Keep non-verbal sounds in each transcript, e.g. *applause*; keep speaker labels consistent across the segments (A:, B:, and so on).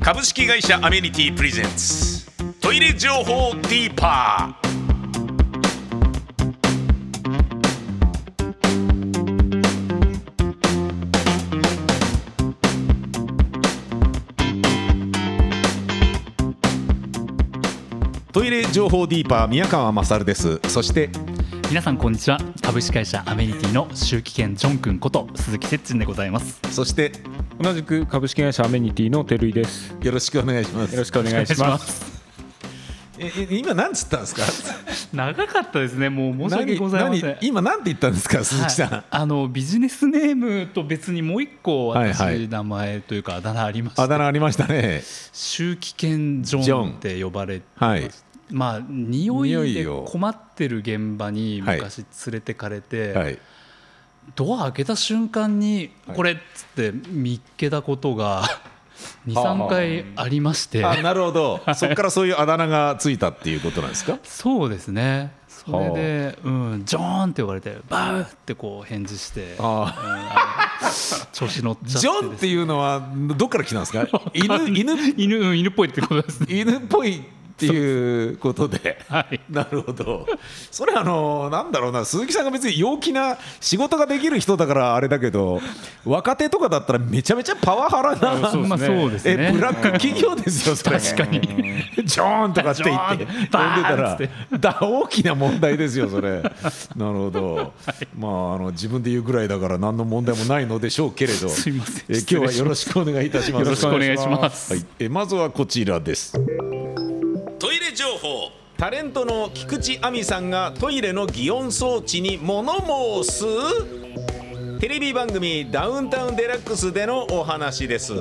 A: 株式会社アメニティプレゼンツトイレ情報ディーパートイレ情報ディーパー宮川勝ですそして
B: 皆さんこんにちは株式会社アメニティの周期券ジョン君こと鈴木哲珍でございます
A: そして
C: 同じく株式会社アメニティの照井です。よ
A: よろしくお願いします
C: ろしくお願いし
B: お願
C: ま
B: いし
C: す。
A: ええ今なんつったんですか
B: 長かったですねもう申し訳
A: 何
B: ございません
A: 何今なんて言ったんですか鈴木さん、
B: はいあのビジネスネームと別にもう一個私、
A: はいはい
B: 名前というかあだ名ありまし
A: あ
B: て
A: だ名ありましたね
B: 周期券ジ
A: ジ
B: ョ
A: ョン
B: ンって呼ばれて
A: はい
B: まあ匂い
A: 匂
B: で
A: いを
B: 困ってる現場に
A: はい
B: 昔連れてかれて、
A: はい
B: ドア開けた瞬間に
A: はい
B: これっつって見っけたことが23回ありまして
A: あなるほど、そこからそういうあだ名がついたっていうことなんですか
B: そうですねそれで、うん、ジョーンって呼ばれてバーってこう返事して、うん
A: あ
B: あの調子乗っちゃって
A: ジョンっていうのはどっから来たん
B: *laughs*
A: ですか犬犬
B: 犬うん犬っぽいってことですね *laughs*
A: 犬っぽいっていうことで
B: はい
A: なるほどそれあのなんだろうな鈴木さんが別に陽気な仕事ができる人だからあれだけど若手とかだったらめちゃめちゃパワハラな
C: そうですね
B: まあそうですね
A: えブラック企業ですよそれ
B: 確かに
A: *laughs* ジョーンとかって言って
B: ジョ
A: 飛ん
B: ー
A: で
B: ンバ
A: た
B: ーン
A: ら
B: っつって
A: だ大きな問題ですよそれ *laughs* なるほど、まああの自分で言うぐらいだから何の問題もないのでしょうけれど
B: *laughs* すいません
A: え今日はよろしくお願いいたします
B: よろしくお願いします
A: はい、えまずはこちらですトイレ情報タレントの菊池亜美さんがトイレの擬音装置に物申すテレビ番組「ダウンタウンデラックス」でのお話です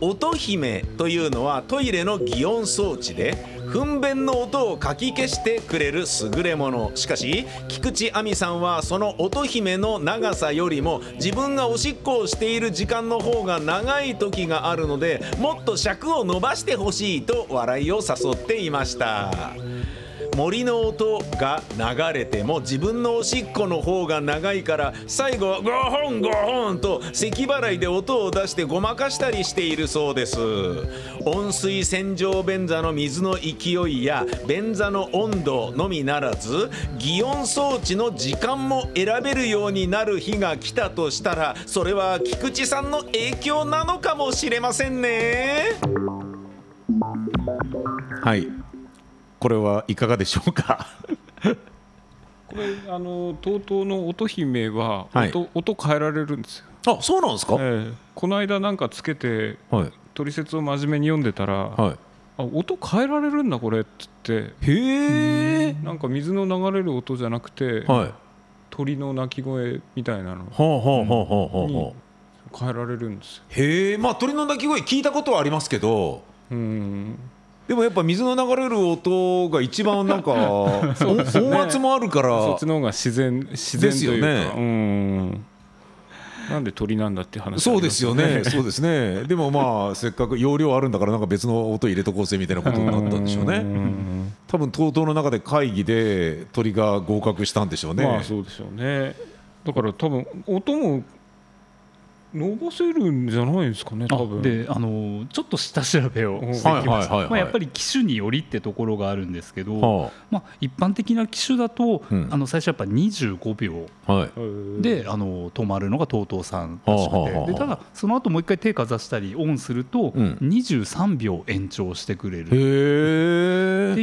A: 音姫というのはトイレの擬音装置で糞便の音をかき消してくれる優れものしかし菊池亜美さんはその音姫の長さよりも自分がおしっこをしている時間の方が長い時があるのでもっと尺を伸ばしてほしいと笑いを誘っていました。森の音が流れても自分のおしっこの方が長いから最後はゴホンゴホンと咳払いで音を出してごまかしたりしているそうです温水洗浄便座の水の勢いや便座の温度のみならず擬音装置の時間も選べるようになる日が来たとしたらそれは菊池さんの影響なのかもしれませんねはいこれはいかがでしょうか
C: これあの TOTO の音姫は
A: はい
C: 音音変えられるんですよ。
A: *laughs* あそうなんですか、
C: ええこの間なんかつけて
A: はい
C: 取説を真面目に読んでたら、
A: は
C: あ音変えられるんだこれって言っ
A: い。へえ。
C: てなんか水の流れる音じゃなくて、
A: はい。
C: 鳥の鳴き声みたいなの
A: ほうほうほうほうほう
C: に
A: ほう。
C: 変えられるんですよ。
A: へえ。まあ鳥の鳴き声聞いたことはありますけど。
C: うん
A: でもやっぱ水の流れる音が一番 *laughs* なんか
C: そうですよね
A: 音圧もあるから
C: そっちの方が自然自然というか、
A: ですよね
C: うんなんで鳥なんだって話あります
A: そうですよねそうですねでもまあせっかく容量あるんだからなんか別の音入れとこうぜみたいなことになったんでしょう
C: う
A: ね
C: ん
A: 多分 TOTO の中で会議で鳥が合格したんでしょうね、
C: まあそうでしょうねだから多分音も伸ばせるんじゃないですかね多分
B: あであのちょっと下調べをして
A: はいは
B: きました、
A: いはいはい
B: まあ、やっぱり機種によりってところがあるんですけど、
A: は
B: まあ、一般的な機種だと、
A: うん
B: あの最初やっぱ25秒
A: あ、はい
B: で、あの止まるのが TOTO さんらしくて、
A: はあはあはあ
B: でただその後もう一回手かざしたりオンすると、
A: うん
B: 23秒延長してくれるって
A: へ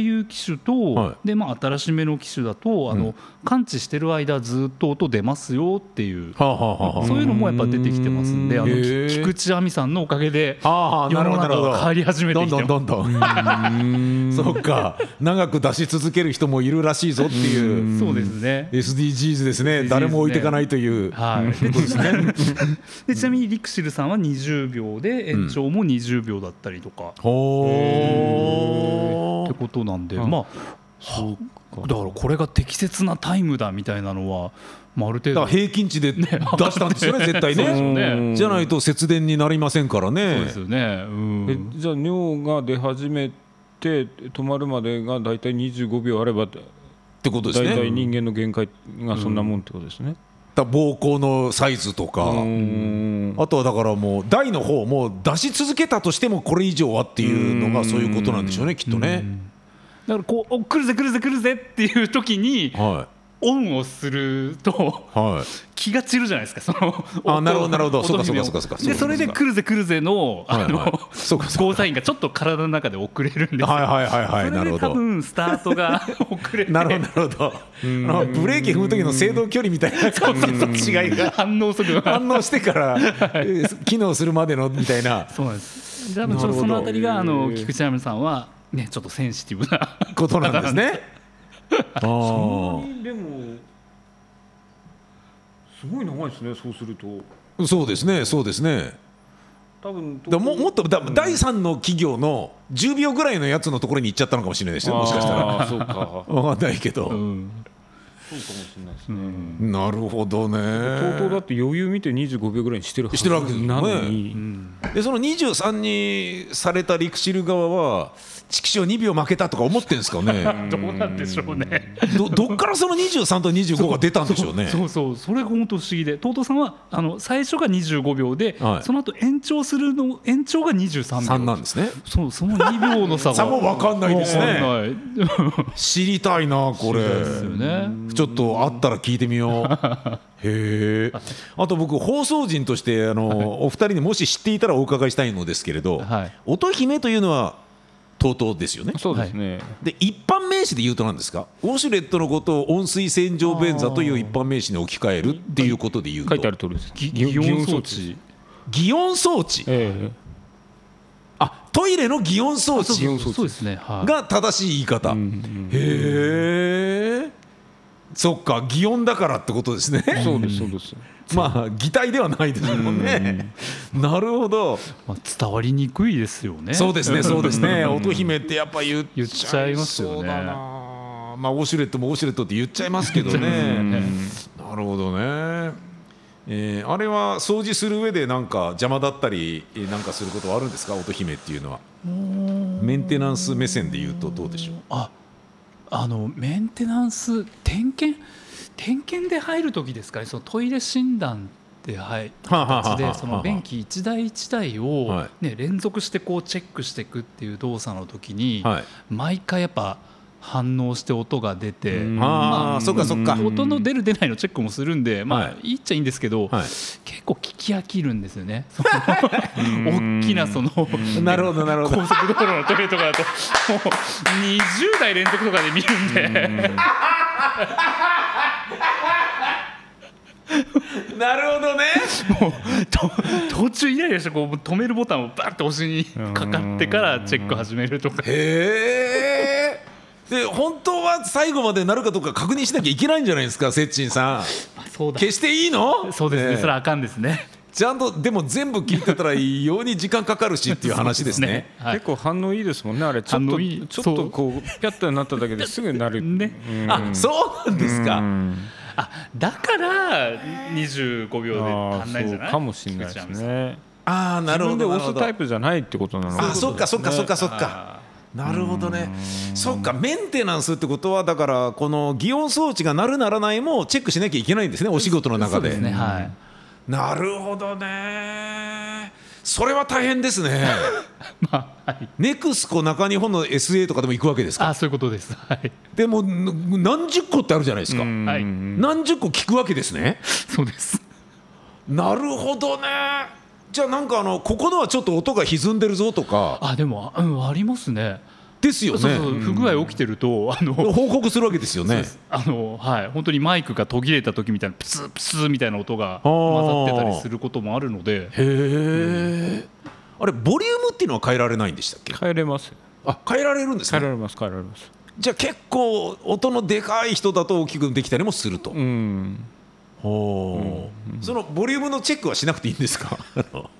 A: え
B: いう機種と、
A: は
B: でまあ、新しめの機種だとあの、
A: うん
B: 感知してる間ずっと音出ますよっていう、
A: はあ、はあはあはあ
B: そういうのもやっぱ出てきてますんであの
A: へ
B: き
A: ー
B: 菊池亜美さんのおかげで
A: ああ
B: 世
A: なるほど
B: の
A: なる
B: 中
A: ほど
B: が入り始めて
A: ど
B: き
A: ん
B: て
A: ど
B: ま
A: ん
B: す
A: どんどん *laughs* そうか長く出し続ける人もいるらしいぞっていう
B: そうですね。
A: SDGs ですね
B: SDGs
A: 誰も置いていかないという
B: はい、でちなみにでちなみにリクシルさんは20秒で延長も20秒だったりとか、
A: ほ
B: ってことなんで、
C: うん
B: まあはだからこれが適切なタイムだみたいなのは、まあ、ある程
A: だか
B: 度
A: ら平均値で出したんです
B: *laughs*
A: よね絶対
B: そうですよ
A: ね
B: ね
A: じゃないと節電になりませんから
B: そう
A: ね
B: ですよね、うん
C: えじゃあ尿が出始めて止まるまでが大体25秒あれば
A: ってことです
C: 大
A: ね
C: 体人間の限界がそんなもんってことですね
A: だから膀胱のサイズとか
C: うんうん
A: あとはだからもう台の方もう出し続けたとしてもこれ以上はっていうのがそういうことなんでしょうねきっとね。
B: だからこうお来るぜ来るぜ来るぜっていう時に
A: は
B: オンをすると
A: い
B: *laughs*
A: はい
B: 気が散るじゃないですかその
A: あ
B: 音
A: なるほどなるほど
B: 音
A: そうか
B: 姫を
A: そうかそうかそうか
B: で
A: そ
B: そう
A: か
B: れで来るぜ来るぜの
A: はい
B: あの、
A: はいそうかそうか
B: ゴーサインがちょっと体の中で遅れるんですよ
A: はいはいはいはい
B: そ
A: な
B: れ
A: る
B: で
A: ほ
B: 多
A: ど。
B: 分スタートが *laughs* 遅れて
A: なるほどなるほど。あのブレーキ踏む時の制動距離みたいな感じと違いが
B: 反応速度が
A: 反応してからえー機能するまでのみたいな
B: そうなんです多分
A: な
B: ち
A: る
B: ょ
A: ほど
B: っとそのあたりがあの菊池亜美さんはねちょっとセンシティブな
A: ことなんですね。あ
C: そ
A: ー
C: んなにでもすごい長いですねそうすると
A: そうですねそうですね。
C: 多分
A: だからももっとだ第3の企業の10秒ぐらいのやつのところに行っちゃったのかもしれないですよもしかしたら。
C: あーそうかそうか
A: わかんないけど。
B: うん
C: もしれないですね、
A: なるほどね。
C: 相当だって余裕見て25秒ぐらいにしてるはず
A: してるわけですね
C: なのに、
A: でその23にされたリクシル側は畜生2秒負けたとか思ってるんですかね
B: どうなんでしょうね
A: どどっからその23と25が出たんでしょうね
B: そうそうそれが本当不思議でとうとうさんはあの最初が25秒で、
A: はい
B: その後延長するの延長が23
A: 3
B: 秒
A: なんですね
B: そうその2秒の差が
A: *laughs* 差も分かんないですね
B: わかんない
A: 知りたいなこれ
B: ですよね
A: ちょっとあったら聞いてみようへえあと僕放送陣としてあの、お二人にもし知っていたらお伺いしたいのですけれど、
B: はい
A: 音姫というのは TOTO ですよね
C: そうですね、
A: で一般名詞で言うとなんですかウォシュレットのことを温水洗浄便座という一般名詞に置き換えるっていうことで言うと
C: 書いてある通りです
B: ぎ
C: 擬
B: 擬
C: 擬
B: 音
C: 音
B: 装
C: 装
B: 置
C: 置
A: 擬音装置
C: え
A: あトイレの擬音装置
C: 音装置
B: そうですねはい
A: が正しい言い方、
C: えうん
A: へえそっか擬音だからってことですね
C: うんそうですそうです
A: *laughs* まあ擬態ではないですもんねなるほど
B: まあ、伝わりにくいですよね
A: そうですねそうですね
B: うん
A: 乙姫ってやっぱ言っ
B: 言っちゃいますよね
A: そうだなまあウォシュレットもウォシュレットって言っちゃいますけど
B: うん
A: ねなるほどねえーあれは掃除する上でなんか邪魔だったりえーなんかすることはあるんですか乙姫っていうのはメンテナンス目線で言うとどうでしょう
B: ああのメンテナンス点検点検で入る時ですかねそのトイレ診断で入る
A: はあはあはあ
B: 形
A: はあ
B: でその便器一台一台を
A: は、
B: ね、連続してこうチェックしていくっていう動作の時に、
A: はい
B: 毎回やっぱ反応して音が出て、
C: うん
A: あ
B: ま
A: あ
B: あ
A: そっかそっか
C: うん
B: 音の出る出ないのチェックもするんで、まあ、
A: はい
B: いっちゃいいんですけど、
A: はい
B: 結構聞き飽きるんです
A: *laughs*
B: よね。
C: ん
B: 大きなその
A: なるほどなるほど
B: 高速道路のトイレとかだともう20台連続とかで見るんで
A: なるほどね
B: もうと *laughs* 途中イライラしてこう止めるボタンをバッと押しにかかってからチェック始めるとか
A: へえで本当は最後までなるかどうか確認しなきゃいけないんじゃないですかセッチンさん
B: そうだ
A: 決していいの
B: そうですね
A: え
B: それはあかんですね
A: ちゃんとでも全部聞いてたら異様に時間かかるしっていう話ですね
B: はい
C: 結構反応いいですもんねあれちょっ
B: 反
C: と
B: 応いい
C: ちょっ
B: そ
C: と
B: う
C: こうピャッとなっただけですぐな *laughs* る
B: ね
C: うん
A: あそうなんですか、
C: うん
B: あだから25秒で
C: あ
B: 足んないんじゃな
C: ーそう
B: い
C: かもしれないですね
A: ああな
C: 自
A: るほ
C: 分で
A: どな
C: 押
A: るほ
C: す
A: ど
C: タイプじゃないってことなの
A: あそっかそっかそっかそっか
B: あ
A: なるほどねそっかメンテナンスってことはだからこの擬音装置が鳴るならないもチェックしなきゃいけないんですねお仕事の
B: ーそ
A: 中
B: うで
A: です
B: ねはい
A: なるほどねそれは大変ですね *laughs*
B: まあはい
A: ネクスコ中日本の SA とかでも行くわけですか
B: あそういうことですはい
A: でもん何十個ってあるじゃないですか、
C: うん
B: はい
A: 何十個聞くわけですね
B: そうです
A: なるほどねじゃあなんかあのここのはちょっと音が歪んでるぞとか
B: あでもあうんありますね
A: ですよね
B: そうそう不具合起きてるとあの
A: 報告するわけですよね
B: あのはい本当にマイクが途切れた時みたいなプスプスみたいな音が
A: あー
B: 混ざってたりすることもあるので
A: へえ、あれボリュームっていうのは変えられないんでしたっけ
C: 変えれます
A: あ変えられるんです
C: 変え
A: ね
C: られます変えられます
A: じゃあ結構音のでかい人だと大きくできたりもすると、
C: うん
A: ほうそのボリュームのチェックはしなくていいんですかあの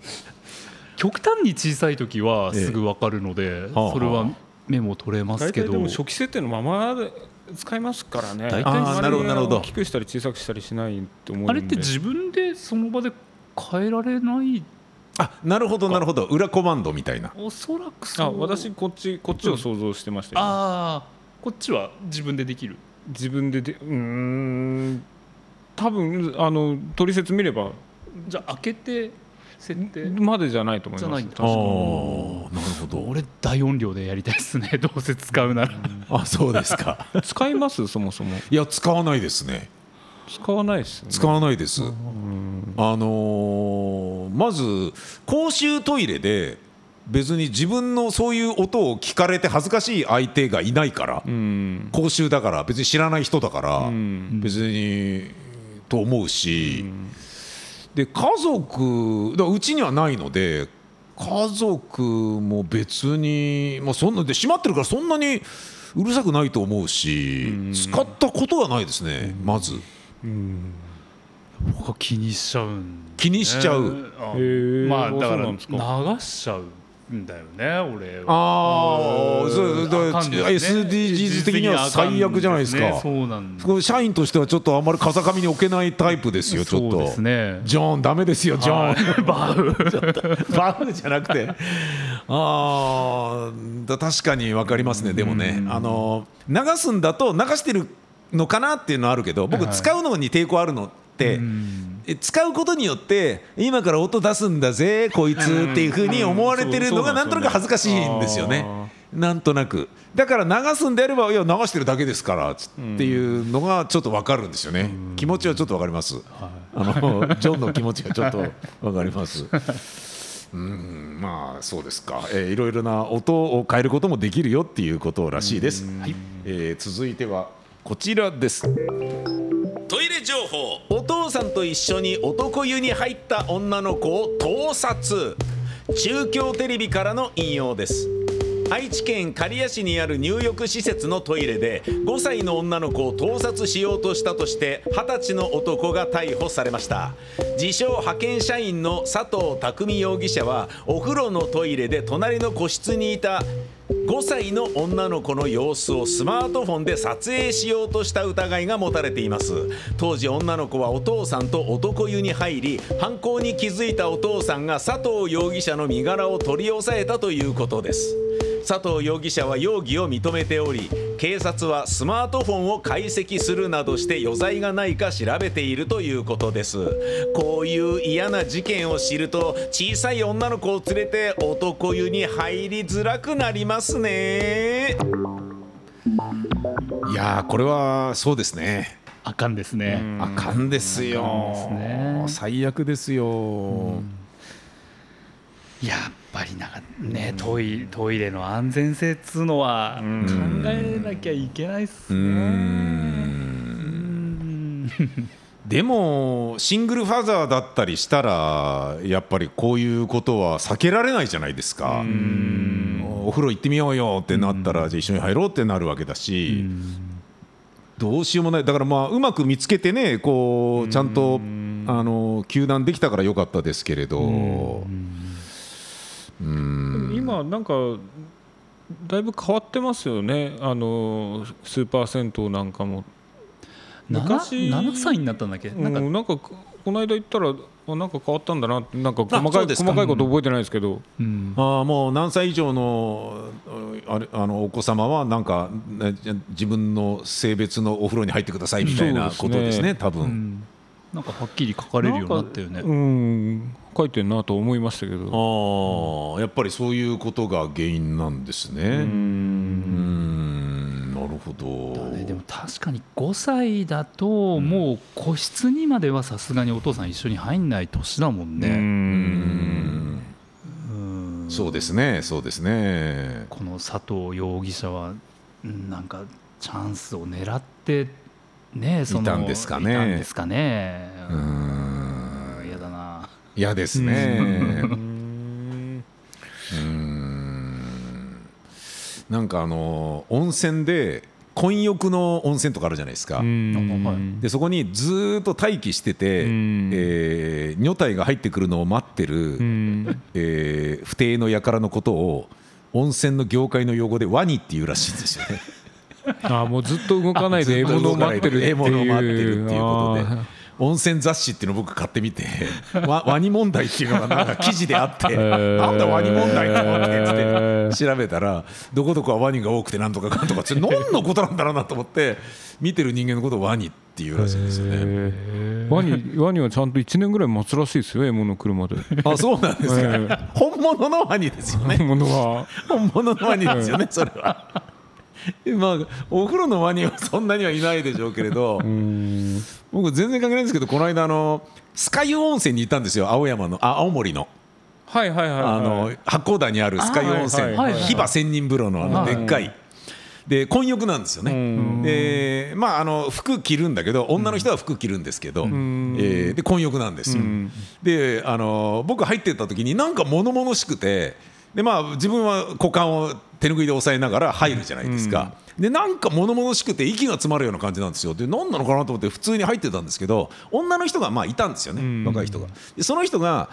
B: 極端に小さい時はすぐ分かるので、
A: あ
B: それはメモ取れます
C: 大
B: け
C: 体で
B: ど
C: も初期設定のままで使いますからね
B: 大体
A: あーなるほどなるほど
C: 大きくしたり小さくしたりしないと思うんで
B: あれって自分でその場で変えられない
A: *laughs* あなるほどなるほど裏コマンドみたいな
B: おそらくそう
C: あ私こっちこっちを想像してましたよ
B: あーこっちは自分でできる
C: 自分ででうーん多分あの取説見れば
B: じゃあ開けて設定
C: までじゃないと思いま
B: じ
C: す
B: ゃないんだ
A: ああなるほど
B: 俺大音量でやりたいですね *laughs* どうせ使うなら
A: あそうですか
C: 使います *laughs* そもそも
A: *laughs* いや使わないですね
C: 使わないですよね
A: 使わないです、あのーまず公衆トイレで別に自分のそういう音を聞かれて恥ずかしい相手がいないから、
C: うん
A: 公衆だから別に知らない人だから、
C: うん
A: 別にと思うし、で家族だからうちにはないので家族も別に、まあ、そんなで閉まってるからそんなにうるさくないと思うし、使ったことはないですね、まず
B: 僕は気にしちゃうん
A: 気にしちゃう
B: あ
C: へー
B: まあ
C: あ
B: だから
C: そうなんですか
B: 流しちゃうんだよね俺は
A: ああ、そうだ
B: あ
A: か
B: からんですね
A: SDGs 的には最悪じゃないです
B: ね
A: か。
B: そうなんです
A: これ社員としてはちょっとあんまり風上に置けないタイプですよ、ちょっ
B: そう
A: と
B: で。すね
A: ジョーン、ダメですよ、ジョーン。
B: *laughs* バウ
A: *laughs* バウじゃなくて。あーだ確かに分かりますね、でもね、あの流すんだと流してるのかなっていうのはあるけど、僕、
B: はい
A: 使うのに抵抗あるのって、え使うことによって、今から音出すんだぜ、こいつっていうふうに思われてるのが、
C: うんうん
A: なんとなく恥ずかしいんですよね
C: そうなんですよね。
A: なんとなくだから流すんであればいや流してるだけですからつっていうのがちょっと分かるんですよね、気持ちはちょっと分かります、あのジョンの気持ちがちょっと分かり *laughs* ますうんまあそうですか、えーいろいろな音を変えることもできるよっていうことらしいです、はいえー続いてはこちらですトイレ情報お父さんと一緒に男湯に入った女の子を盗撮中京テレビからの引用です愛知県刈谷市にある入浴施設のトイレで5歳の女の子を盗撮しようとしたとして20歳の男が逮捕されました自称派遣社員の佐藤匠容疑者はお風呂のトイレで隣の個室にいた5歳の女の子の様子をスマートフォンで撮影しようとした疑いが持たれています当時女の子はお父さんと男湯に入り犯行に気づいたお父さんが佐藤容疑者の身柄を取り押さえたということです佐藤容疑者は容疑を認めており警察はスマートフォンを解析するなどして余罪がないか調べているということですこういう嫌な事件を知ると小さい女の子を連れて男湯に入りづらくなりますねいやーこれはそうですね
B: あかんですね、
A: あかんですよ
B: あかんですね
A: 最悪ですよ、
B: やっぱりなんかねトイトイレの安全性っつうのは考えなきゃいけないっすねうん
A: でもシングルファザーだったりしたらやっぱりこういうことは避けられないじゃないですか。お風呂行ってみようよってなったらじゃあ一緒に入ろうってなるわけだしどうしようもないだからまあうまく見つけてねこうちゃんとあの球団できたからよかったですけれど
C: 今なんかだいぶ変わってますよねあのスーパー銭湯なんかも
B: 7, 7歳になったんだっけ
C: う
B: なん
C: ん
B: か、
C: なんかここの間行ったらあなんか変わったんだなってなんか
A: あ
C: 細
A: そ
C: か
A: うで
C: い
A: す
C: 細
A: か
C: かいこと覚えてないですけど
B: うん
A: ああもう何歳以上のあれあのお子様はなんかね自分の性別のお風呂に入ってくださいみたいなことですね多
B: う
A: 分。
B: んなんかはっきり書かれるようになったよね
C: んかうん書いてるなと思いましたけど
A: ああ、やっぱりそういうことが原因なんですね。うーん、なるほど。
B: ねでも確かに5歳だともう個室にまではさすがにお父さん一緒に入んない年だもん
C: う
B: ね、
C: ん
B: うん
A: そうですね、そうですね。
B: この佐藤容疑者はうんなんかチャンスを狙ってねその
A: いたんですかね
B: いたんですかね
A: うーん、
B: うん嫌だな
A: 嫌ですね。う
C: うん
A: ーん、なんかあの温泉で混浴の温泉とかあるじゃないですか。
C: うん
A: でそこにずーっと待機してて、
C: うん
A: えー女体が入ってくるのを待ってる、
C: うん
A: えー不定の輩のことを温泉の業界の用語でワニっていうらしいんですよね。
C: *laughs* あもうずっと動かないで獲物を待ってるっていう
A: 獲物を待ってるっていうことで
C: あー
A: 温泉雑誌っていうの僕買ってみてワワニ問題っていうのがなんか記事であって
C: ー
A: なんだワニ問題と思ってつって調べたらどこどこはワニが多くてなんとかかんとかって何のことなんだろうなと思って見てる人間のことをワニっていうらしいんですよね。
C: えーワニワニはちゃんと1年ぐらい待つらしいですよ獲物車で
A: あそうなんです
C: え
A: か本物のワニですよ
C: *laughs*
A: ね。
C: 獲物は
A: 本物のワニですよね、それは。まあ、お風呂のワニはそんなにはいないでしょうけれど、僕、全然関係ないんですけど、この間あの、酸ヶ湯温泉に行ったんですよ、青山の、あ青森の
C: はいはいはい、
A: あ
C: は
A: の
C: い、
A: 八甲田にある酸ヶ湯温
C: あはい
A: 泉、
B: はいはい
A: ヒバ千人風呂のあの
B: はい
A: でっかい、で混浴なんですよ
C: う
A: ね。
C: ん
A: でまあ、あの服着るんだけど女の人は服着るんですけど、えーで混浴なんですよ。であの僕入ってった時になんか物々しくてで、まあ、自分は股間を手拭いで押さえながら入るじゃないですか。でなんか物々しくて息が詰まるような感じなんですよで何なのかなと思って普通に入ってたんですけど女の人がまあいたんですよね若い人が。でその人が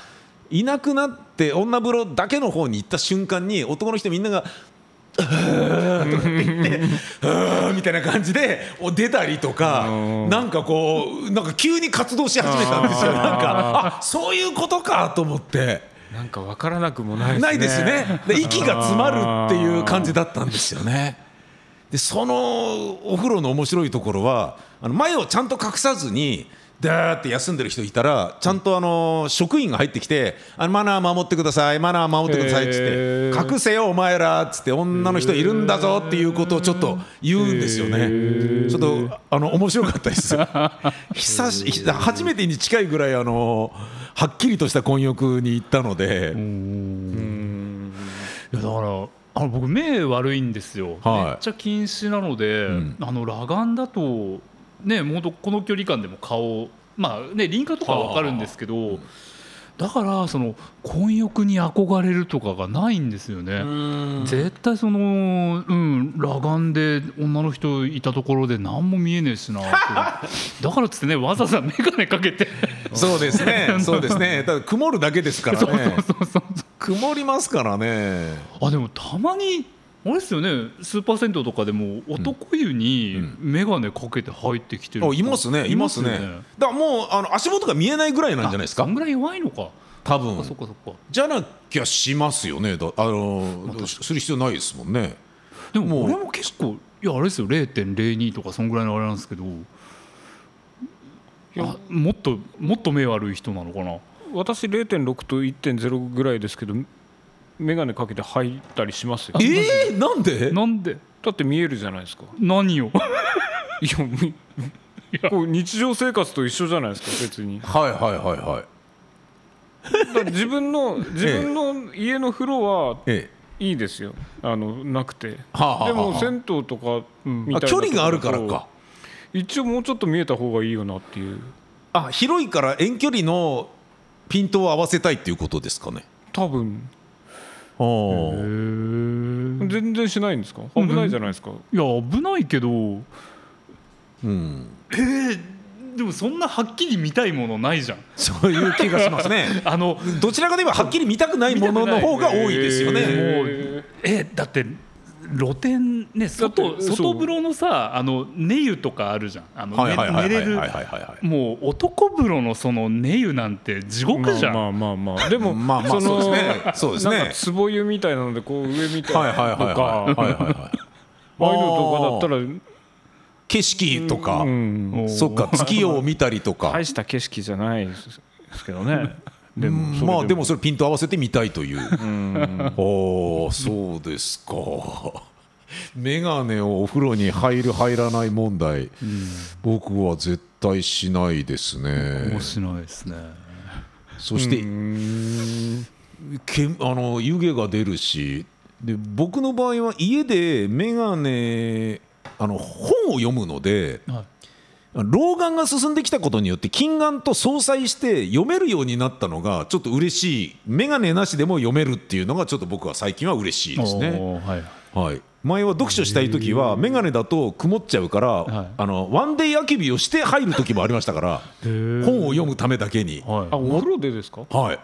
A: いなくなって女風呂だけの方に行った瞬間に男の人みんなが「うー」とかって言って「うー」みたいな感じでお出たりとか
C: うん
A: なんかこうなんか急に活動し始めたんですよなんかあそういうことかと思って
C: なんか分からなくもないですね
A: ないですねで息が詰まるっていう感じだったんですよね。でそのお風呂の面白いところはあの前をちゃんと隠さずにだーって休んでる人いたらちゃんとあの職員が入ってきてあのマナー守ってくださいマナー守ってくださいっつって、
C: へー
A: 隠せよお前らっつって女の人いるんだぞっていうことをちょっと言うんですよねちょっとあの面白かったです *laughs* 久し久初めてに近いぐらいあのはっきりとした混浴に行ったので、
B: いやだからあの僕目悪いんですよ、
A: はい
B: めっちゃ近視なので、
A: ん
B: あの裸眼だとねもうどこの距離感でも顔まあね輪郭とかは分かるんですけど、だからその混浴に憧れるとかがないんですよね。絶対その、うん、裸眼で女の人いたところで何も見えねえしなってだからっつってねわざわざ眼鏡かけて
A: そうです *laughs* ね、そうですね、ただ曇るだけですからね、
B: そうそう
A: 曇りますからね、
B: あでもたまにあれですよねスーパー銭湯とかでも男湯に眼鏡かけて入ってきてる人、
A: おいますね、いますね、だからもうあの足元が見えないぐらいなんじゃないですか
B: あそん、ぐらい弱いのか、
A: 多
B: あ
A: 分
B: そっかそっか
A: じゃなきゃしますよね、だあのする必要ないですもんね。
B: でも
A: もう
B: 俺も結構いやあれですよ0.02とかそんぐらいのあれなんですけどあもっともっと目悪い人なのかな
C: 私0.6と1.0ぐらいですけど眼鏡かけて入ったりしますよ
A: えー、なんで
B: なんで
C: だって見えるじゃないですか
A: *laughs*
B: 何を
C: いやみこう日常生活と一緒じゃないですか別に
A: はいはいはいはい。
C: だから自
A: *laughs*
C: 分の自分の家の風呂は
A: え
C: いいですよあのなくて
A: はあはあはあ
C: でも銭湯とかみ
A: え、あ
C: たいな
A: 距離がある
C: とこ
A: か
C: ろ
A: ら
C: だと
A: か。
C: 一応もうちょっと見えた方がいいよなっていう
A: あ広いから遠距離のピントを合わせたいっていうことですかね。
C: 多分
A: あ
B: へ
A: ー
B: ー
C: 全然しないんですか危ないじゃないですか
B: いや危ないけど
A: うん、
B: でもそんなはっきり見たいものないじゃん
A: そういう気がしますね。 *laughs*
B: あの
A: どちらかといえばはっきり見たくないものの方が多いですよね。
C: え
B: えだって露天ね
C: だっ
B: 外
C: てそう
B: 外風呂のさあの寝湯とかあるじゃんあの
A: はいはいは
B: 寝
A: い
B: 寝
A: はい
B: れ
A: はい
B: る
A: はいはいはい。
B: もう男風呂のその寝湯なんて地獄じゃん、
C: まあまあまあ
A: *laughs*
C: まあでも
A: まあまあそ
C: の
A: うですねそうですね
C: なんか壺湯みたいなのでこう上見た
A: はい
C: りと
A: はいはいはい
C: か
A: はいはいはい。
C: ああいうのとかだったら
A: 景色とか、
C: うん
B: おー
A: そっ *laughs* か月を見たりとか。
C: 大した景色じゃないですけどねで
A: うん
C: それ
A: まあでもそれピント合わせて見たいという。おおそうですか。メガネをお風呂に入る入らない問題、僕は絶対しないですね
B: 面。白いですね
A: そして
C: うん
A: けあの湯気が出るしで僕の場合は家で眼鏡あの本を読むので
B: は
A: 老眼が進んできたことによって近眼と相殺して読めるようになったのがちょっと嬉しい眼鏡なしでも読めるっていうのがちょっと僕は最近は嬉しいですね。
B: おーはい、
A: はい前は読書したい時は眼鏡だと曇っちゃうから、
B: はい
A: あのワンデーあけびをして入る時もありました
B: *laughs*
A: から本を読むためだけに、
B: はい
C: あお風呂でですか
A: はい、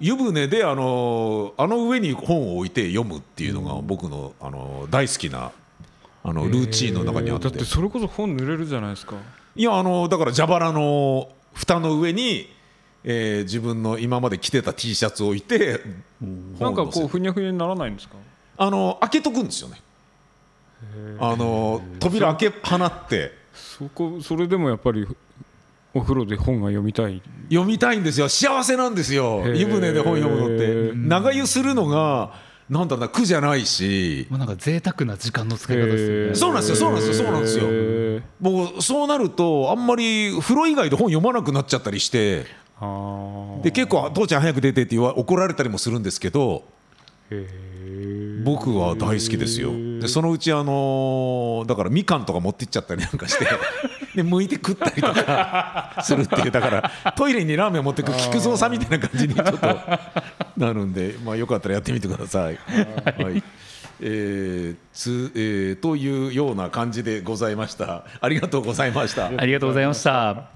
A: 湯船であのあの上に本を置いて読むっていうのが僕のあの大好きなあのルーチンの中にあって
C: だってそれこそ本濡れるじゃないですか
A: いやあのだから蛇腹の蓋の上に、えー自分の今まで着てた T シャツを置いて
C: なんか
A: 本を載
C: こう
A: せ
C: ふにゃふにゃにならないんですか
A: あの開けとくんですよねあの扉開け放って
C: そこそれでもやっぱりお風呂で本が読みたい
A: 読みたいんですよ幸せなんですよ
C: へー
A: 湯船で本読むのって
C: うん
A: 長湯するのがなんだろうな苦じゃないし
B: まあ、なんか贅沢な時間の使い方ですよ
C: へー
B: ね
A: そうなんですよそうなんですよそうなんですよ
C: へー
A: もうそうなるとあんまり風呂以外で本読まなくなっちゃったりして
C: あー
A: で結構「父ちゃん早く出て」って言わ怒られたりもするんですけど
C: へー
A: 僕は大好きですよでそのうちあのーだからみかんとか持って行っちゃったりなん *laughs* かしてで剥いて食ったりとかするっていうだからトイレにラーメン持ってく菊蔵さんみたいな感じにちょっと *laughs* なるんで、まあ、よかったらやってみてください。はいえーつえーというような感じでございました。ありがとうございました。
B: ありがとうございました